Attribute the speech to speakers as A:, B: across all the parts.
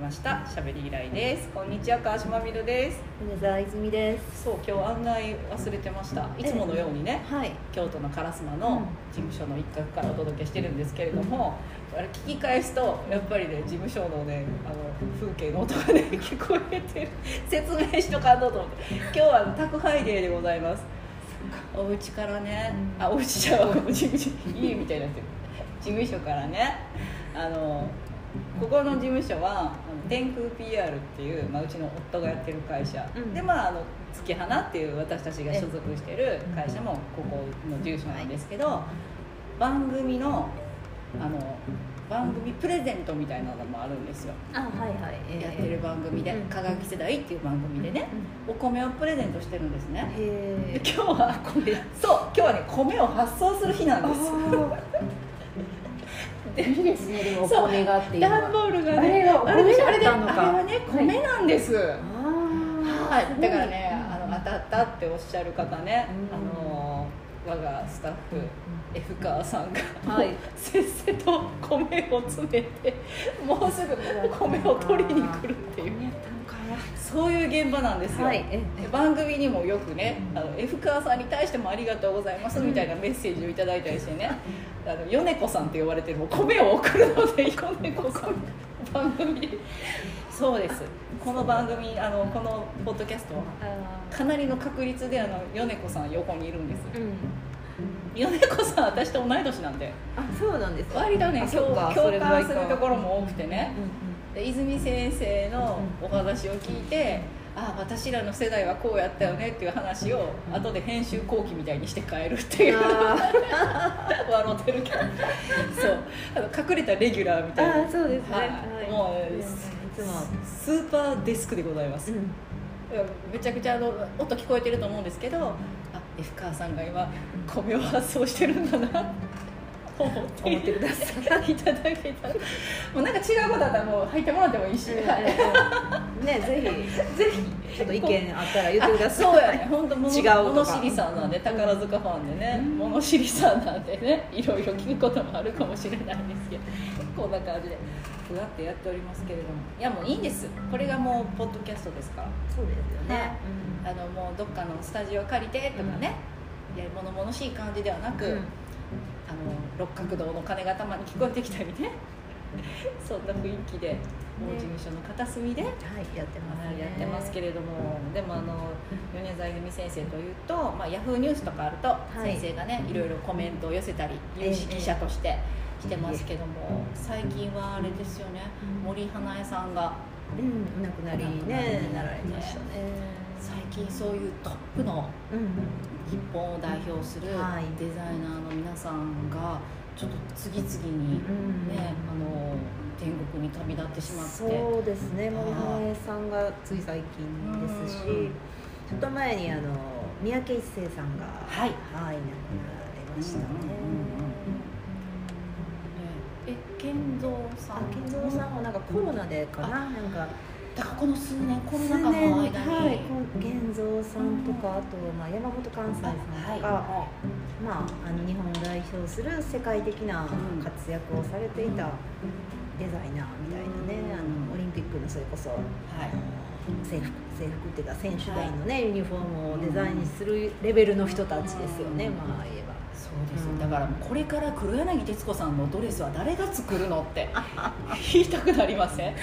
A: ましたしゃべり依頼ですこんにちは川島みるです
B: 米沢泉です
A: そう今日案内忘れてましたいつものようにね
B: はい
A: 京都の烏丸の事務所の一角からお届けしてるんですけれども、あれ聞き返すとやっぱりね事務所のねあの風景の音がね聞こえてる 説明しとかんとと思って今日は宅配デーでございますお家からね、あお家じゃない事務所家みたいになってる事務所からねあのここの事務所はあの天空 PR っていう、まあ、うちの夫がやってる会社、
B: うん
A: でまああの月花っていう私たちが所属してる会社もここの住所なんですけど、番組のあの番組プレゼントみたいなのもあるんですよ、
B: あはいはい、え
A: やってる番組で
B: う
A: 「
B: ん
A: 科学世代」っていう番組でね、お米をプレゼントしてるんですね、
B: へ
A: で今日は米そう今日はね米を発送する日なんです
B: えいい ですねでもお
A: そう
B: 米がっていうのは
A: 段ボールが
B: あれ
A: ね
B: がお米
A: でしょ
B: だったのか
A: あれはね米なんです、は
B: あ
A: い、だからねあの当たったっておっしゃる方ね、
B: うん
A: あの我がスタッフ F 川さんが、
B: はい
A: もうせっせと米を詰め てもうすぐ米を取りに来るっていうそういう現場なんですよ、
B: はいええ
A: 番組にもよくね
B: う
A: あの F 川さんに対してもありがとうございますみたいなメッセージをいただいたりしてねあの米子さんって呼ばれてるもう米を送るので米子さん番組そうですこの番組あのこのポッドキャストはかなりの確率であの米子さん横にいるんです
B: うん
A: 米子さん私と同い年なんで
B: あそうなんです
A: 割とね
B: あそ
A: 共
B: うかそ
A: 共
B: れぐらい
A: 感す
B: か
A: るところも多くてね、
B: う
A: で泉先生のお話を聞いて、ああ私らの世代はこうやったよねっていう話を後で編集後期みたいにして変えるってい
B: んうん
A: う
B: あ
A: 笑ってるけどそうあの隠れたレギュラーみたいな
B: ーそうですね、
A: はいもう
B: うんい
A: す
B: つも
A: スーパーデスクでございます、
B: うん
A: めちゃくちゃあの音聞こえてると思うんですけどあ F 川さんが今米を発送してるんだなと思って
B: 思ってくだ
A: さいいただけたらもうなんか違うことだったらもう入ってもらってもいいし、はい
B: ねぜ
A: ぜひ
B: ひちょっと意見あったら言ってください
A: あそうやね本当物
B: 違うとか
A: 物知りさんなんで宝塚ファンでね、物知りさんなんでねいろいろ聞くこともあるかもしれないですけどこんな感じでふわってやっておりますけれどもいやもういいんですこれがもうポッドキャストですから
B: そうですよ
A: ね
B: ね、
A: あのもうどっかのスタジオ借りてとかね、いや物々しい感じではなく、
B: うん
A: あの六角堂の鐘がたまに聞こえてきたりね そんな雰囲気で、もう事務所の片隅で
B: はいやってます
A: はい
B: ね
A: やってますけれども、でもあの米沢由美先生というと、まあ、ヤフーニュースとかあると
B: い
A: 先生がね、い、ろいろコメントを寄せたり
B: ええ
A: 有識者としてしてますけども、最近はあれですよね
B: うん
A: 森花江さんが
B: うんお亡くなりね
A: お亡くなりに
B: なられましたね
A: 最近そういうトップの
B: うん
A: 日本を代表するデザイナ
B: はい
A: ーの皆さんがちょっと次々にね、あ
B: うん
A: の天国に旅立ってしまって。
B: そうですね森花江さんがつい最近ですし
A: うん
B: ちょっと前にあの三宅一生さんが
A: はい
B: はい亡くなられましたね
A: え、健三さ
B: あ
A: ん。
B: 健三さんはなんかコロナでかななんか
A: だからこの数年コロナ禍
B: 数
A: の間
B: 年
A: に。
B: はいこう健三さんとかあとまあ山本寛斎
A: あ
B: さん
A: はい。
B: とかまあ、あの日本を代表する世界的な活躍をされていたデザイナーみたいなね、
A: うん
B: あのオリンピックのそれこそ
A: はい。
B: 制服制服っていうか選手団のね、ユニフォームをデザインするレベルの人たちですよね、
A: うん
B: まあ言えば。
A: そうです、
B: うん
A: だからもうこれから黒柳徹子さんのドレスは誰が作るのって言いたくなりません
B: で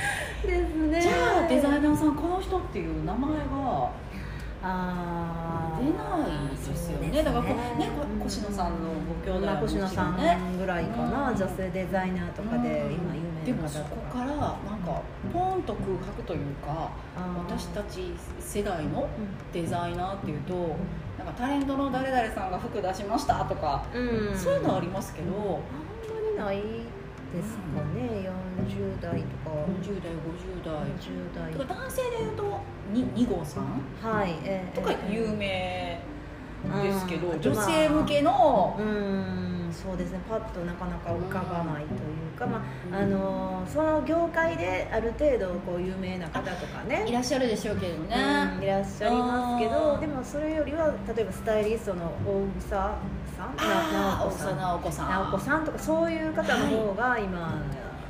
B: すね
A: じゃあデザイナーさんこの人っていう名前が
B: あー
A: 出ないですよねだからこうねこう越野さんのご兄弟
B: ま
A: は
B: あ
A: もち
B: 越
A: ろ
B: 野
A: ん
B: さ
A: ね
B: んぐらいかな、
A: うん
B: 女性デザイナーとかで
A: うん
B: 今
A: で
B: 有名な
A: も
B: 方
A: そ
B: と
A: こ
B: か
A: からなんかポンと空白というか
B: あー
A: 私たち世代の
B: うん
A: デザイナーっていうとなんかタレントの誰々さんが服出しましたとか、
B: うん
A: そういうのはありますけど、
B: あんまりないですかね、40代とか
A: 40代50代
B: 50代
A: とか男性でいうと 2, 2号さん
B: はい、ええ
A: とか
B: ええ
A: 有名ですけど、
B: うん
A: 女性向けの、
B: うんそうですねパッとなかなか浮かばないというか、まああのその業界である程度こう有名な方とか
A: い
B: ね
A: らっしゃるでしょうけどね、
B: うんいらっしゃいますけ
A: あ
B: ど
A: ー
B: でもそれよりは例えばスタイリストの大草さんな
A: ああ
B: 直
A: お
B: 子さ
A: さ
B: ん
A: なおこさん
B: 直子さんとかそういう方の方が今、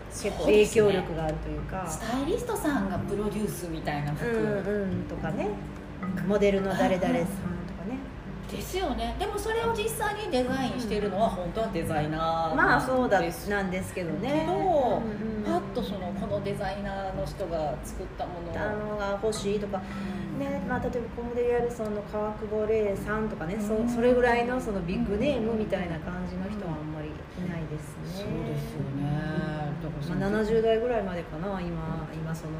B: 結構影響力があるというか
A: スタイリストさんがプロデュースみたいな
B: う,、
A: 服、
B: んうんとかねモデルの誰々さんとかね
A: ですよねでもそれを実際にデザインしてるのは本当はデザイナー
B: まあそうだ
A: です
B: なんですけど
A: け
B: ね
A: ど、
B: うんうん
A: パッとそのこのデザイナーの人が作ったものを、
B: あのが欲しいとかねまあ、例えばコム・デ・リアルソンの川久保玲さんとかね、
A: うん
B: そそれぐらいのそのビッグネームみたいな感じの人はあんまりいないです
A: そ
B: ね、
A: うですよねだからその
B: まあ、70代ぐらいまでかな今今その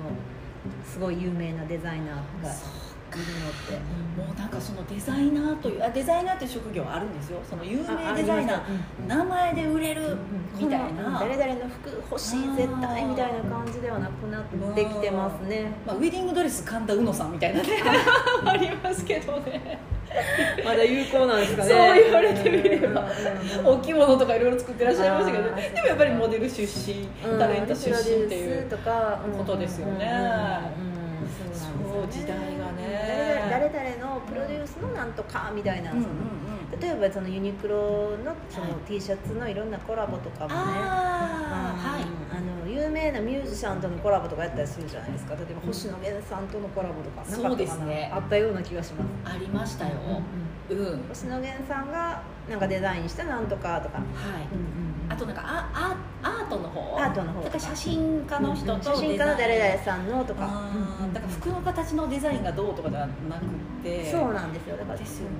B: すごい有名なデザイナーがいるのって
A: もうなんかそのデザイナーというあデザイナーっていう職業あるんですよその有
B: あ
A: 名デザイナー
B: ありま
A: 名前で売れる
B: すうん
A: みたい
B: この
A: な、
B: 誰々の服欲しい絶対みたいな感じではなくなってきてますね
A: まあ、ウェディングドレス神田うのさんみたいなねありますけどね
B: まだ有効なんですかね
A: そう言われてみれば
B: うんうんうん
A: お着物とかいろいろ作ってらっしゃいましたけど
B: あー
A: でもやっぱりモデル出身タレント出身っていう、
B: とか
A: ことですよね
B: そうなんですよね
A: そう時代がね
B: 誰々誰々のプロデュースのなんとかみたいな、
A: うんうんう
B: そ
A: ん
B: の例えばそのユニクロのそ
A: はい
B: の T シャツのいろんなコラボとかもね
A: ああはい
B: うんあの有名なミュージシャンとのコラボとかやったりするじゃないですか例えば星野源さんとのコラボとかなかったかな
A: そうですね
B: あったような気がします、
A: ありましたようん、はい
B: 星野源さんがなんかデザインしたなんとかとか、
A: あとなんかああアートの方
B: アートの方
A: だから写真家の人と
B: 写真家の誰々さんのとか
A: あー
B: うんうん
A: だから服の形のデザインがどうとかじゃなくて
B: そうなんですよだから
A: ですよね、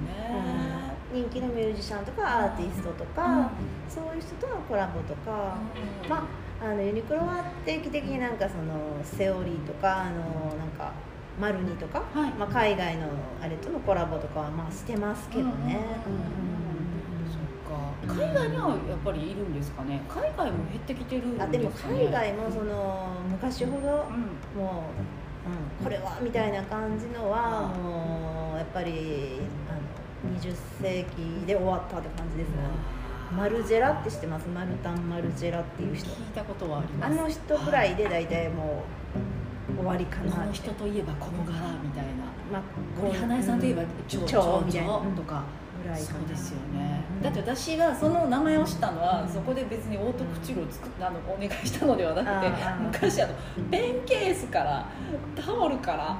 B: うん人気のミュージシャンとかアーティストとか、そういう人とのコラボとか、
A: うん
B: まああのユニクロは定期的になんかそのセオリーとかあのなんかマルニとか、
A: はい
B: まあ、海外のあれとのコラボとかはまあしてますけどね、
A: うんうんうんうんそっか海外にはやっぱりいるんですかね海外も減ってきてるんですか
B: あ
A: ね
B: でも海外もその昔ほど
A: う
B: もう、うん、これはみたいな感じのはもうやっぱりあの20世紀で終わったって感じですね
A: ん
B: マルジェラって知ってますマルタン・マルジェラっていう人
A: 聞いたことはありま
B: あ
A: す
B: の人ぐらいで大体もう終わりか
A: こ
B: な
A: の人といえばこの柄みたいな
B: まあ
A: 森花江さんといえば蝶
B: 蝶
A: 々
B: みたいな
A: とか
B: ぐらいか
A: そう
B: な
A: ですよね
B: うん
A: だって私がその名前を知ったのはそこで別にオートクチュールを作ったのお願いしたのではなくて
B: あーあー
A: 昔あのペンケースからタオルから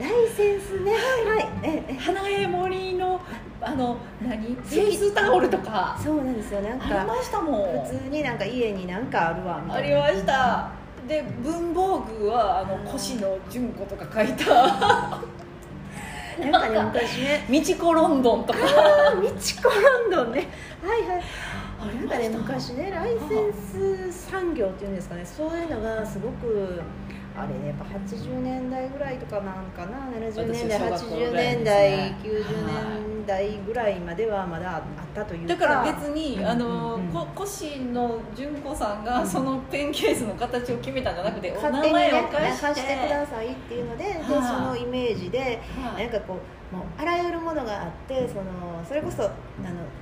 B: ライセンスねはいええ
A: 花江森のあの何フ
B: 好き
A: ェイスタオルとか
B: そうなんですよなん
A: あり
B: か
A: ましたもん
B: 普通になんか家になんかあるわみ
A: あ
B: たい
A: り
B: な
A: ましたで文房具はあの腰野純子とか書いた
B: なんかね昔ね
A: 「美智子ロンドン」とか
B: あミチコランドンねはいはい
A: あ
B: なんかね昔ねライセンス産業っていうんですかねそういうのがすごくあれねやっぱ80年代ぐらいとかなんかな70年代、
A: 私小学校
B: 80
A: ぐらいで
B: 年
A: すねは
B: 代、90
A: い
B: 年代ぐらいまではまだあったというか
A: だから別にあ
B: う
A: の
B: んうんうん
A: こ腰野純子さんがそのペンケースの形を決めたんじゃなくてお
B: 勝
A: 名
B: 手にね
A: 前を貸して
B: 貸してくださいっていうのででそ
A: はい
B: のイメージで
A: は
B: なん
A: い
B: かこうもうあらゆるものがあってそのそれこそあの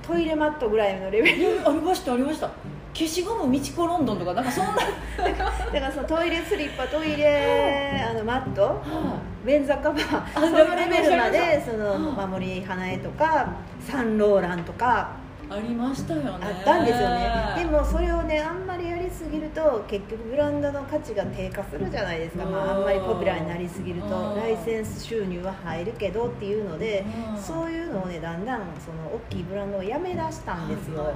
B: トイレマットぐらいのレベル
A: いやありましたありました消しゴム美智子ロンドンとかなんかそんな
B: だからそのトイレスリッパトイレあのマット便座カバー
A: あ
B: そのレベルま
A: わかり
B: でその
A: あ
B: 守り花江とかサンローランとか
A: ありましたよね
B: あったんですよねでもそれをねあんまりやりすぎると結局ブランドの価値が低下するじゃないですか、まあ、あ
A: うん
B: んまりポピュラーになりすぎる
A: う
B: と
A: ん
B: ライセンス収入は入るけどっていうので
A: うん
B: そういうのをねだんだんその大きいブランドをやめだしたんですよ
A: はいはいはいは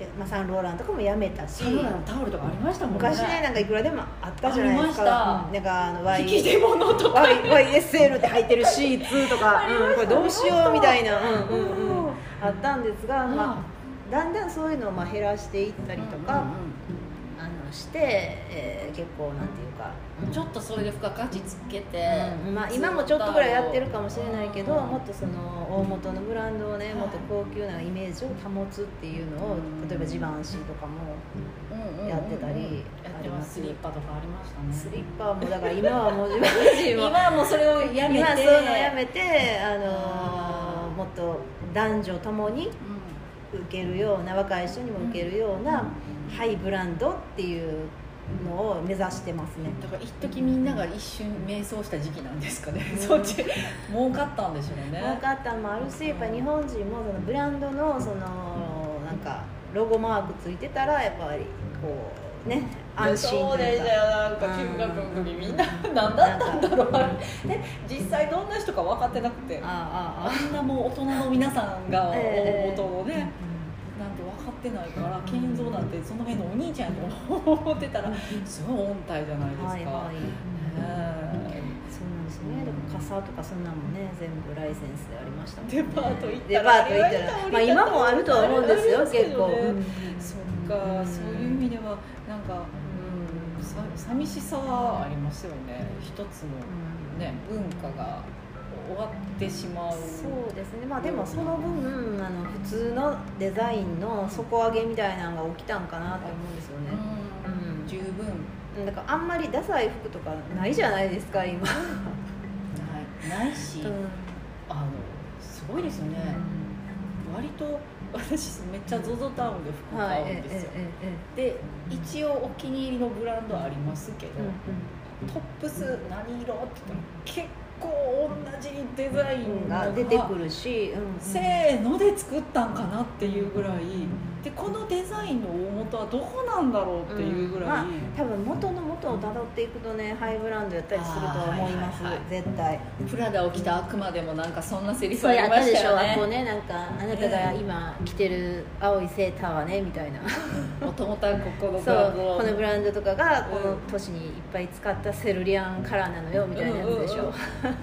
B: で、まあ、サンローランとかもやめたし
A: サロナのタオルとかありましたもんね
B: 昔ねなんかいくらでもあったじゃないですか
A: あ
B: うんなんかあのワイ
A: 引き出物とか
B: Y- YSL って入ってるシーツと か、うん、これどうしようみたいな、うんうんうん、あったんですが、まあ、だんだんそういうのをまあ減らしていったりとか、あのして、えー結構なんていうか、
A: ちょっとそれで付加価値つけて、
B: うんまあ、今もちょっとぐらいやってるかもしれないけどもっとその大元のブランドをねもっと高級なイメージを保つっていうのを例えばジバンシーとかもやってたり
A: うんうんうんうんやってますスリッパとかありましたね
B: スリッパもだから 今はもうジバンシー
A: 今
B: も
A: はもうそれをやめて
B: 今そういうのやめて、あの
A: あー
B: ーもっと男女ともに受けるような若い人にも受けるような、ハイブランドっていうのを目指してますね
A: だから一時みんなが一瞬迷走した時期なんですかね、そっち儲かったんでしょうね
B: 儲かったのもあるしやっぱ日本人もそのブランドのそのなんかロゴマークついてたらやっぱりこね安心
A: そ
B: と
A: うで
B: いう
A: し
B: か
A: たよなんか見学組みんな何だったんだろうあれえ実際どんな人か分かってなくて
B: ああああ
A: あんなもう大人の皆さんが 大
B: ええ
A: 元のね、なんて分かってないから健三なんてその辺のお兄ちゃんやと思ってたらすごい音体じゃないですか、
B: はいはい、
A: ね
B: そうなんですねでも傘とかそんなんもね全部ライセンスでありましたもんね
A: デパート行った
B: デ
A: ら
B: パート行ったらまあ今もあるとは思うんです
A: あ
B: よ
A: りますけ
B: 結構
A: どね
B: うん
A: そっかそういう意味ではなんかうんさ寂しさはありますよね一つの
B: うん
A: ね文化が終わってしまう
B: そうですねまあでもその分あの普通のデザインの底上げみたいなのが起きたんかなと思うんですよね、
A: うん
B: うん
A: 十分
B: だからあんまりダサい服とかないじゃないですか今、
A: ないないし、あのすごいですよね、割と私めっちゃ ZOZO タウンで服
B: は
A: 買
B: いえ
A: うん
B: え
A: ですよ、
B: ええ
A: で一応お気に入りのブランドありますけど、
B: え
A: トップス何色って言ったら結構同じデザイ
B: えうん
A: ン
B: が
A: が
B: 出てくるし、うんうん
A: せーので作ったんかなっていうぐらいでこのデザインの大元はどこなんだろうっていうぐらい、
B: んまあ多分元の元をたどっていくとねハイブランドやったりすると思います、
A: あーはいはいはい
B: 絶対
A: プラダを着た悪魔でもなんかそんなセリフ
B: そう
A: あ
B: や
A: り
B: っ
A: ま
B: たで
A: し
B: したょ
A: よ
B: あこう
A: ね
B: ねなんかあなたが今着てる青いセーターはねみたいな
A: もともとはここのブ
B: そ
A: ラン
B: う
A: ドを
B: このブランドとかが
A: うん
B: この年にいっぱい使ったセルリアンカラーなのよみたいなやつでしょ、
A: うんうん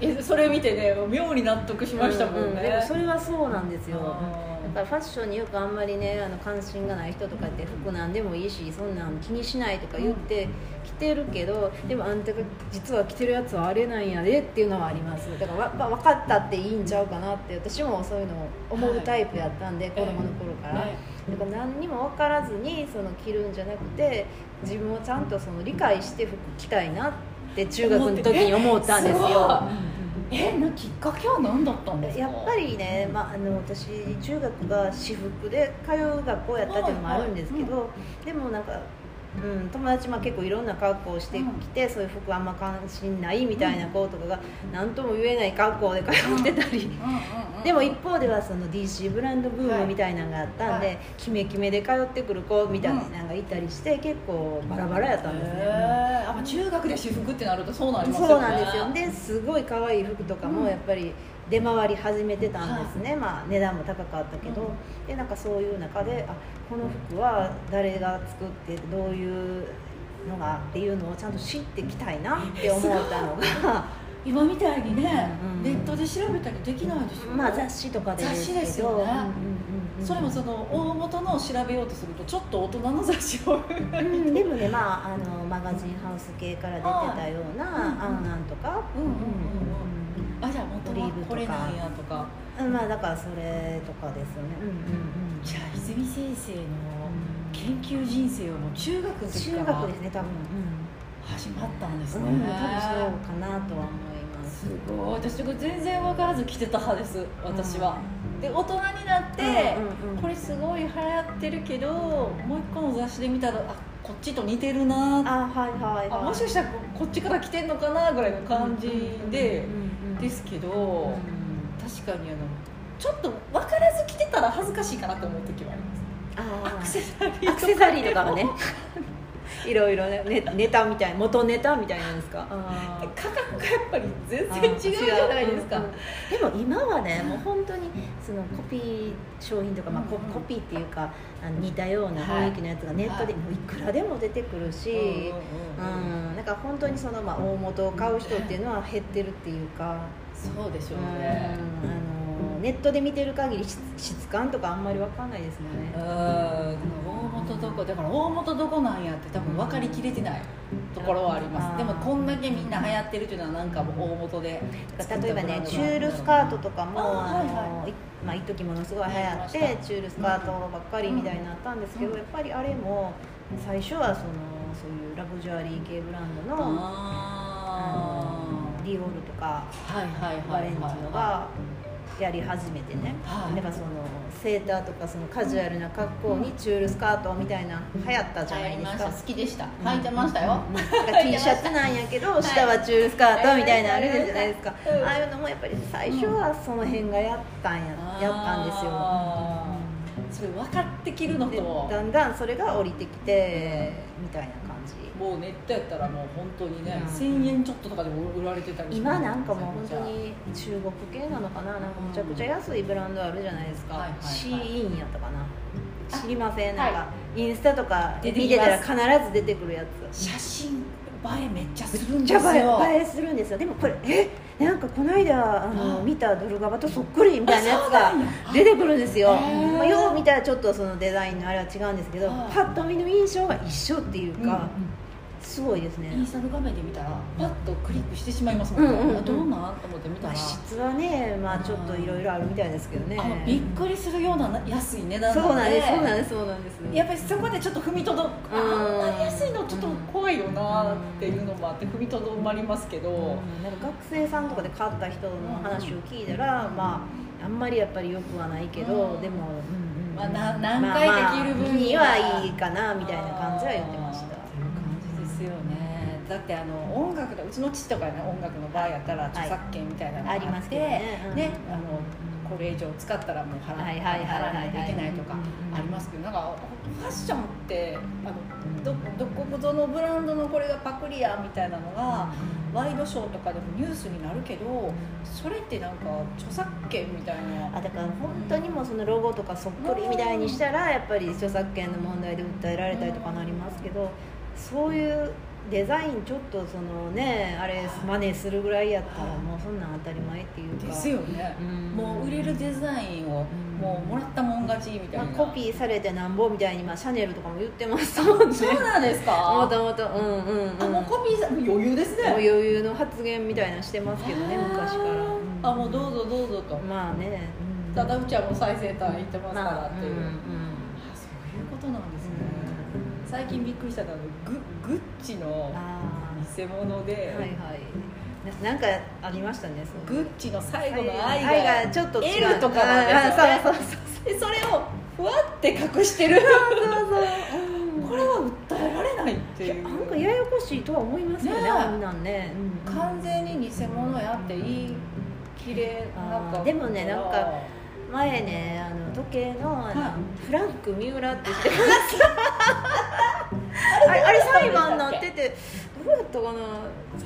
A: えそれ見てね妙に納得しましたもんね、
B: うんうんでもそれはそうなんですよ
A: あー
B: だからファッションによくあんまりねあの関心がない人とかって服なんでもいいしそんなん気にしないとか言って着てるけどでもあんたが実は着てるやつはあれなんやでっていうのはありますだからわわ分かったっていいんちゃうかなって私もそういうのを思うタイプやったんで、子供の頃から、
A: ね
B: だから何にも分からずにその着るんじゃなくて自分をちゃんとその理解して服着たいなって中学の時に思ったんです
A: 思
B: よ
A: って。えなきっかけは何だったんですか
B: やっぱりね、まあ、あの私中学が私服で通う学校やったっていうのもあるんですけど、でもなんか、うん、友達も結構いろんな格好をしてきて、そういう服あんま関心ないみたいな子とかが何とも言えない格好で通ってたり。
A: うんうんうん
B: でも一方ではその DC ブランドブームみたいなのがあったんで、
A: はい
B: キメキメで通ってくる子みたいなのがいたりして結構バラバラやったんですね、
A: へーあまあ中学で私服ってなるとそうなりますよね
B: そうなんですよですごい可愛い服とかもやっぱり出回り始めてたんですね、まあ値段も高かったけど、
A: うん
B: でなんかそういう中であこの服は誰が作ってどういうのがっていうのをちゃんと知ってきたいなって思ったのが
A: 今みたいにね、
B: うん
A: ネットで調べたりできないでしょ
B: まあ雑誌とかで
A: 雑誌ですよね
B: うんうんうんうん
A: それもその大元のを調べようとするとちょっと大人の雑誌 を
B: うんでもねまああのマガジンハウス系から出てたような「
A: あ
B: あ
A: うんうん
B: んあん」とか、
A: うんうんうんうんあじゃあ元は
B: オリーブとか
A: これなんやとか
B: うんまあだからそれとかですよねうんうんうん
A: じゃあ泉先生の研究人生はもう中学の時
B: 中
A: から
B: 学ですね多分
A: 始まったんです
B: う
A: ね、
B: ん、うん、多分そうかなとは思います
A: すごい私これ全然分からず着てた派です私は、で大人になって、
B: うんうんうん
A: これすごい流行ってるけどもう一個の雑誌で見たらあこっちと似てるなー
B: あはいはい
A: あ
B: はい
A: もしかしたらここっちから来てんのかなぐらいの感じでですけど確かにあのちょっと分からず来てたら恥ずかしいかなと思う時はありますア
B: ア
A: クセサリーとか
B: アクセサリーとかはね いろいろねねネタみたいな元ネタみたいなんですかあー
A: 価格がやっぱり全然違うじゃないですか
B: うんうんでも今はねもう本当にそのコピー商品とか、まあ、コ
A: うんうん
B: コピーっていうかあの似たような雰囲気のやつがネットで
A: はい
B: もういくらでも出てくるし、
A: うんうんうんうん
B: うん、なんか本当にその、まあ、大元を買う人っていうのは減ってるっていうか、
A: そうでし
B: う
A: ょうんね
B: あのネットで見てる限り質質感とかあんまり分かんないですもんね
A: うん、大元どこだから大元どこなんやって多分分かりきれてないところはありますで
B: うん
A: もこんだけみんな流行ってるっていうのはなんかもう大元で
B: 例えばねチュールスカートとかも
A: あー
B: あ
A: はい
B: のいまあ一時ものすごい流行っ
A: 流行りま
B: てチュールスカートばっかりみたいになったんですけ
A: う
B: ど
A: ん
B: やっぱりあれも最初はそのそういうラグジュアリー系ブランドのあ
A: あ
B: のディオールとか
A: あはいはい
B: バ
A: はい
B: レ
A: はい
B: ンティーノがやり始めてね
A: はい
B: やっぱそのセーターとかそのカジュアルな格好にチュールスカートみたいな流行ったじゃ
A: 流
B: な
A: 行
B: い
A: り
B: で
A: ますした
B: か
A: 好きでした履いてましたよ、
B: うんだから T シャツなんやけど下はチュールスカートみたいなのあるじゃないですか
A: うん
B: ああいうのもやっぱり最初はその辺がやったんややったんですよ
A: あーそそれ分かってきるの
B: で
A: と
B: だんだんそれが降りてきてみたいな感じ
A: もうネットやったらもう本当にね、
B: うん
A: 1000円ちょっととかでも売られてたりして
B: 今なんかもう本当に中国系なのかななんかむちゃくちゃ安いブランドあるじゃないですか、
A: はいはいはい
B: シーインやったかな
A: あ
B: 知りませんな
A: は
B: ん
A: い
B: か、インスタとか
A: 出て
B: 見
A: きます
B: てたら必ず出てくるやつ
A: 写真映えめっちゃするん
B: めっ
A: です
B: ち
A: よ
B: ゃ映え映えするんですよでもこれえなんかこの間あの
A: あ
B: 見たドルガバとそっくりみたいなやつ
A: あ
B: が
A: そうなんや
B: 出てくるんです
A: へ
B: よ、
A: ー
B: まあ、よう見たらちょっとそのデザインのあれは違うんですけど
A: あ
B: パッと見の印象が一緒っていう
A: うん
B: か、すごいですね
A: インスタの画面で見たらパッとクリックしてしまいますもんね、
B: うんうんうん
A: どうなんと思って見た
B: ま
A: ら
B: あ、質はね、まあ、ちょっといろいろあるみたいですけどね
A: あのびっくりするようなな安い値段
B: そうなんですそうな
A: で
B: んですそうなんです
A: やっぱりそこでちょっと踏みとどあんなに安いのちょっと怖いよなっていうのもあって踏みとどまりますけど、
B: うんなんか学生さんとかで買った人の話を聞いたら、まああんまりやっぱりよくはないけど、
A: うん
B: でも、うんうん
A: まあな何回できる分
B: に
A: に
B: は
A: は、
B: いいかなみたいな感じは言ってました
A: あーっていう感じですよねだってあの音楽でうちの父とかね音楽の場合やったら
B: い
A: 著作権みたいなのが
B: あ
A: あっ
B: り
A: て、
B: ますけどねうん
A: ねあのこれ以上使ったらもう払,、
B: はいはいはいはい
A: 払わないといけないとか
B: うんうんうん
A: ありますけどなんかファッションってあのどどこぞのブランドのこれがパクリやみたいなのがワイドショーとかでもニュースになるけどそれってなんか著作権みたいな
B: あだから本当にもうそのロゴとかそっくりみたいにしたらやっぱり著作権の問題で訴えられたりとかなりますけどそういうデザインちょっとそのねあれ真似するぐらいやったらもうそんなん当たり前っていうか
A: ですよね、
B: うん
A: もう売れるデザインを
B: ん
A: もうもらったもん勝ちみたい
B: ま
A: な、
B: あ、コピーされてなんぼみたいに、まあ、シャネルとかも言って ますもんね
A: そうなんです
B: も
A: か
B: ともとうんうんうん
A: あもうコピーさ余裕ですね
B: もう余裕の発言みたいなしてますけどね
A: へー
B: 昔から、
A: あもうどうぞどうぞと
B: まあね、
A: ただうちはもう最先端行ってますから
B: まあ
A: っていう、
B: うんうん
A: あそういうことなんですね、最近びっくりしたのはググッチの
B: あ
A: 偽物
B: あ
A: で、
B: はいはいななんかありましたねそう
A: グッチの最後の愛が
B: 愛がちょっと違う
A: L とかなんです
B: あ
A: よ
B: あ
A: ね
B: そうそう
A: でそれをふわって隠してる
B: そうそう
A: これは訴えられないっていう
B: なんかややこしいとは思いますよね
A: ねえ
B: あんなんね、うん
A: 完全に偽物やって言い切れなかっ
B: あー
A: た
B: でもねなんか前ねあの時計のあの、
A: は
B: フランク三浦って知って ますあれあれ裁判になっててどうやったかな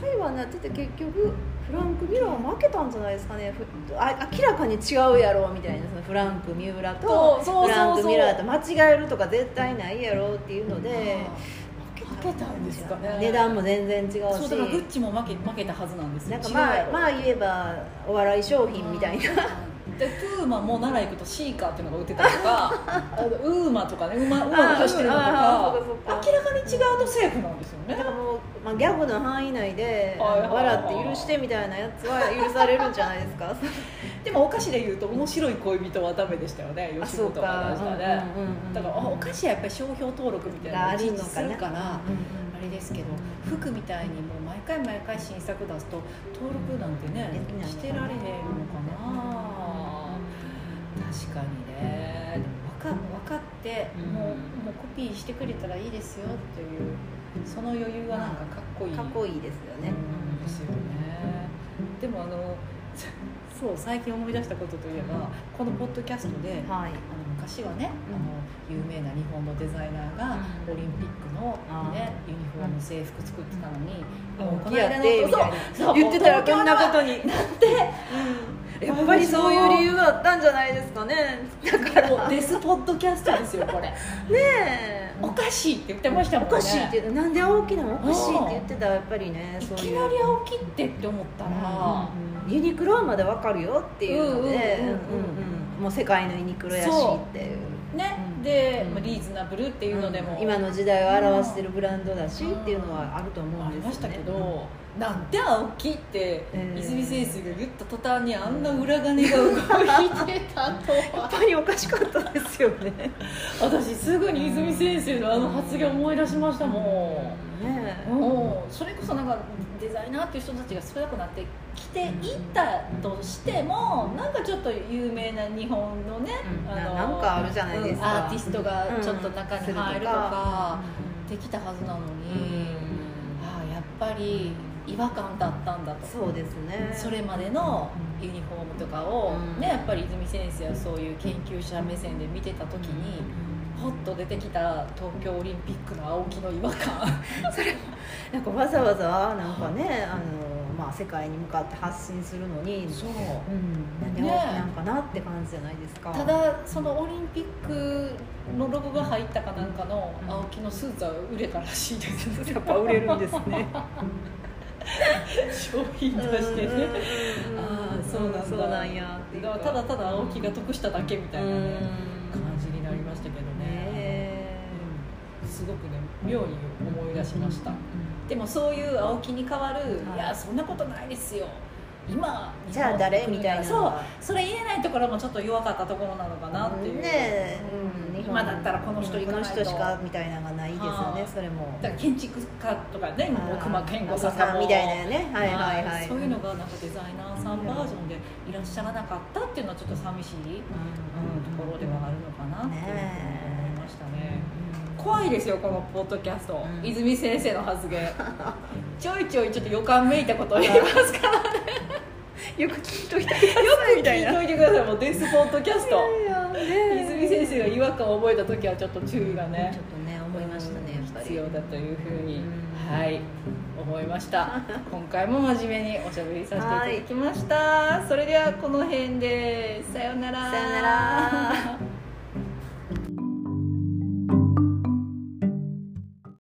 B: 裁判になってて結局フランク・ミュラーは負けたんじゃないですかねふあ明らかに違うやろみたいなそのフランク・ミュラーと
A: そうそうそうそう
B: フランク・ミュラーと間違えるとか絶対ないやろっていうので
A: 負けたんですかね
B: 値段も全然違うし
A: そうだからグッチも負け負けたはずなんです
B: なんかまあまあ言えばお笑い商品みたいな
A: でプーマも奈良行くとシーカーっていうのが売ってたりとかあのウーマとかね馬馬が走ってるのと
B: あーそうかそう
A: か
B: か
A: 明らかに違うとセーフなんですよね
B: だからもう、まあ、ギャグの範囲内で
A: はいはいはい
B: 笑って許してみたいなやつは許されるんじゃないです か
A: でもお菓子で言うと面白い恋人はダメでしたよね
B: あ
A: 吉本が出したね
B: うんうんうんうん
A: だからあお菓子はやっぱり商標登録みたいな
B: あ
A: の
B: るのかな
A: するから
B: うんうん
A: あれですけど服みたいにもう毎回毎回新作出すと登録なんてね
B: できない
A: してられへんのかな確かにねでも分か分かって
B: うん
A: もうもうコピーしてくれたらいいですよっていうその余裕はなんかかっこいい
B: かっこいいですよね、
A: うんですよねでもあの そう最近思い出したことといえばこのポッドキャストであの
B: はい
A: 昔はね
B: うん
A: あの有名な日本のデザイナーが
B: うん
A: オリンピックの、ね、ユニフォーム制服作ってたのに、もうこの
B: や
A: 間
B: っ
A: の
B: てみたいな言ってたらこんなことになってやっぱりそういう理由があったんじゃないですかねだからね
A: もうデスポッドキャストですよこれ
B: え
A: おかしいって言ってましたも
B: お
A: んね
B: かしいって言うなんで青木なのおかしいって言ってたらやっぱりね
A: い
B: そう
A: き
B: いう
A: なり青木ってって思ったら、
B: うんユニクロはまだわかるよっていう
A: う
B: ので
A: んうん
B: うんうんもう世界のユニクロやしっていう
A: ね、
B: うん
A: で、
B: うん
A: まあリーズナブルっていうのでも、
B: うん今の時代を表してるブランドだしっていうのはあると思う
A: あ
B: ん
A: り
B: ですよ、ね、
A: ましたけど、なんで青木って、
B: えー
A: 泉先生が言った途端にあんな裏金が動いてたと
B: やっ
A: は
B: ぱりおかしかったですよねね
A: 私すぐに泉先生のあの発言思い出しましたも
B: え
A: ん、もうそれこそなんかデザイナーっていう人たちが少なくなってきていったとしてもなんかちょっと有名な日本のね、
B: うんなんかあるじゃないですか
A: うんアーティストがちょっと中に入るとか、できたはずなのに、ああやっぱり違和感だったんだと
B: そうですね
A: それまでのユニフォームとかを、
B: うん
A: ね、やっぱり泉先生はそういう研究者目線で見てた時に、ほっと出てきた東京オリンピックの青木の違和感
B: なんかわざわざなんかねあの、まあ、世界に向かって発信するのに
A: そう
B: うん、なんで、
A: ねえ
B: なんかなって感じじゃないですか
A: ただそのオリンピックのロゴが入ったかなんかの
B: うん
A: 青木のスーツは売れたらしいですね
B: やっぱ売れるんですね
A: 商品としてねああそうなんだ
B: そうなんやっていう
A: だ
B: か
A: からただただ青木が得しただけみたいな、ね
B: うん
A: 感じになりましたけどね
B: ねえ
A: うんすごくね妙に思い出しました、
B: うん
A: でもそういう青木に代わる、
B: はい
A: い、やそんなことないですよ今
B: じゃあ誰みたいな
A: そうそれ言えないところもちょっと弱かったところなのかなっていう
B: ねえ、
A: うん
B: 日本
A: 今だったらこの人行かないと
B: この人しかみたいなのがないですよね
A: はい
B: それも
A: だから建築家とかね
B: あー
A: 奥間健吾さんとかも
B: みたいなねはいはいはい、
A: そういうのがなんかデザイナーさんバージョンでいらっしゃらなかったっていうのはちょっと寂しい、うんところではあるのかなっていうふうに思いましたね怖いですよこのポッドキャスト、
B: うん
A: 泉先生の発言 ちょいちょいちょっと予感めいたことを言いますからよ
B: よく聞いとい たよ
A: く聞いといてくださいもうデスポッドキャスト泉
B: 泉
A: 先生が違和感を覚えた時はちょっと注意がね
B: ちょっとね思いましたねやっぱり
A: 必要だというふうに、
B: うん
A: はい思いました 今回も真面目におしゃべりさせていただきました、それではこの辺でさようなら
B: さようなら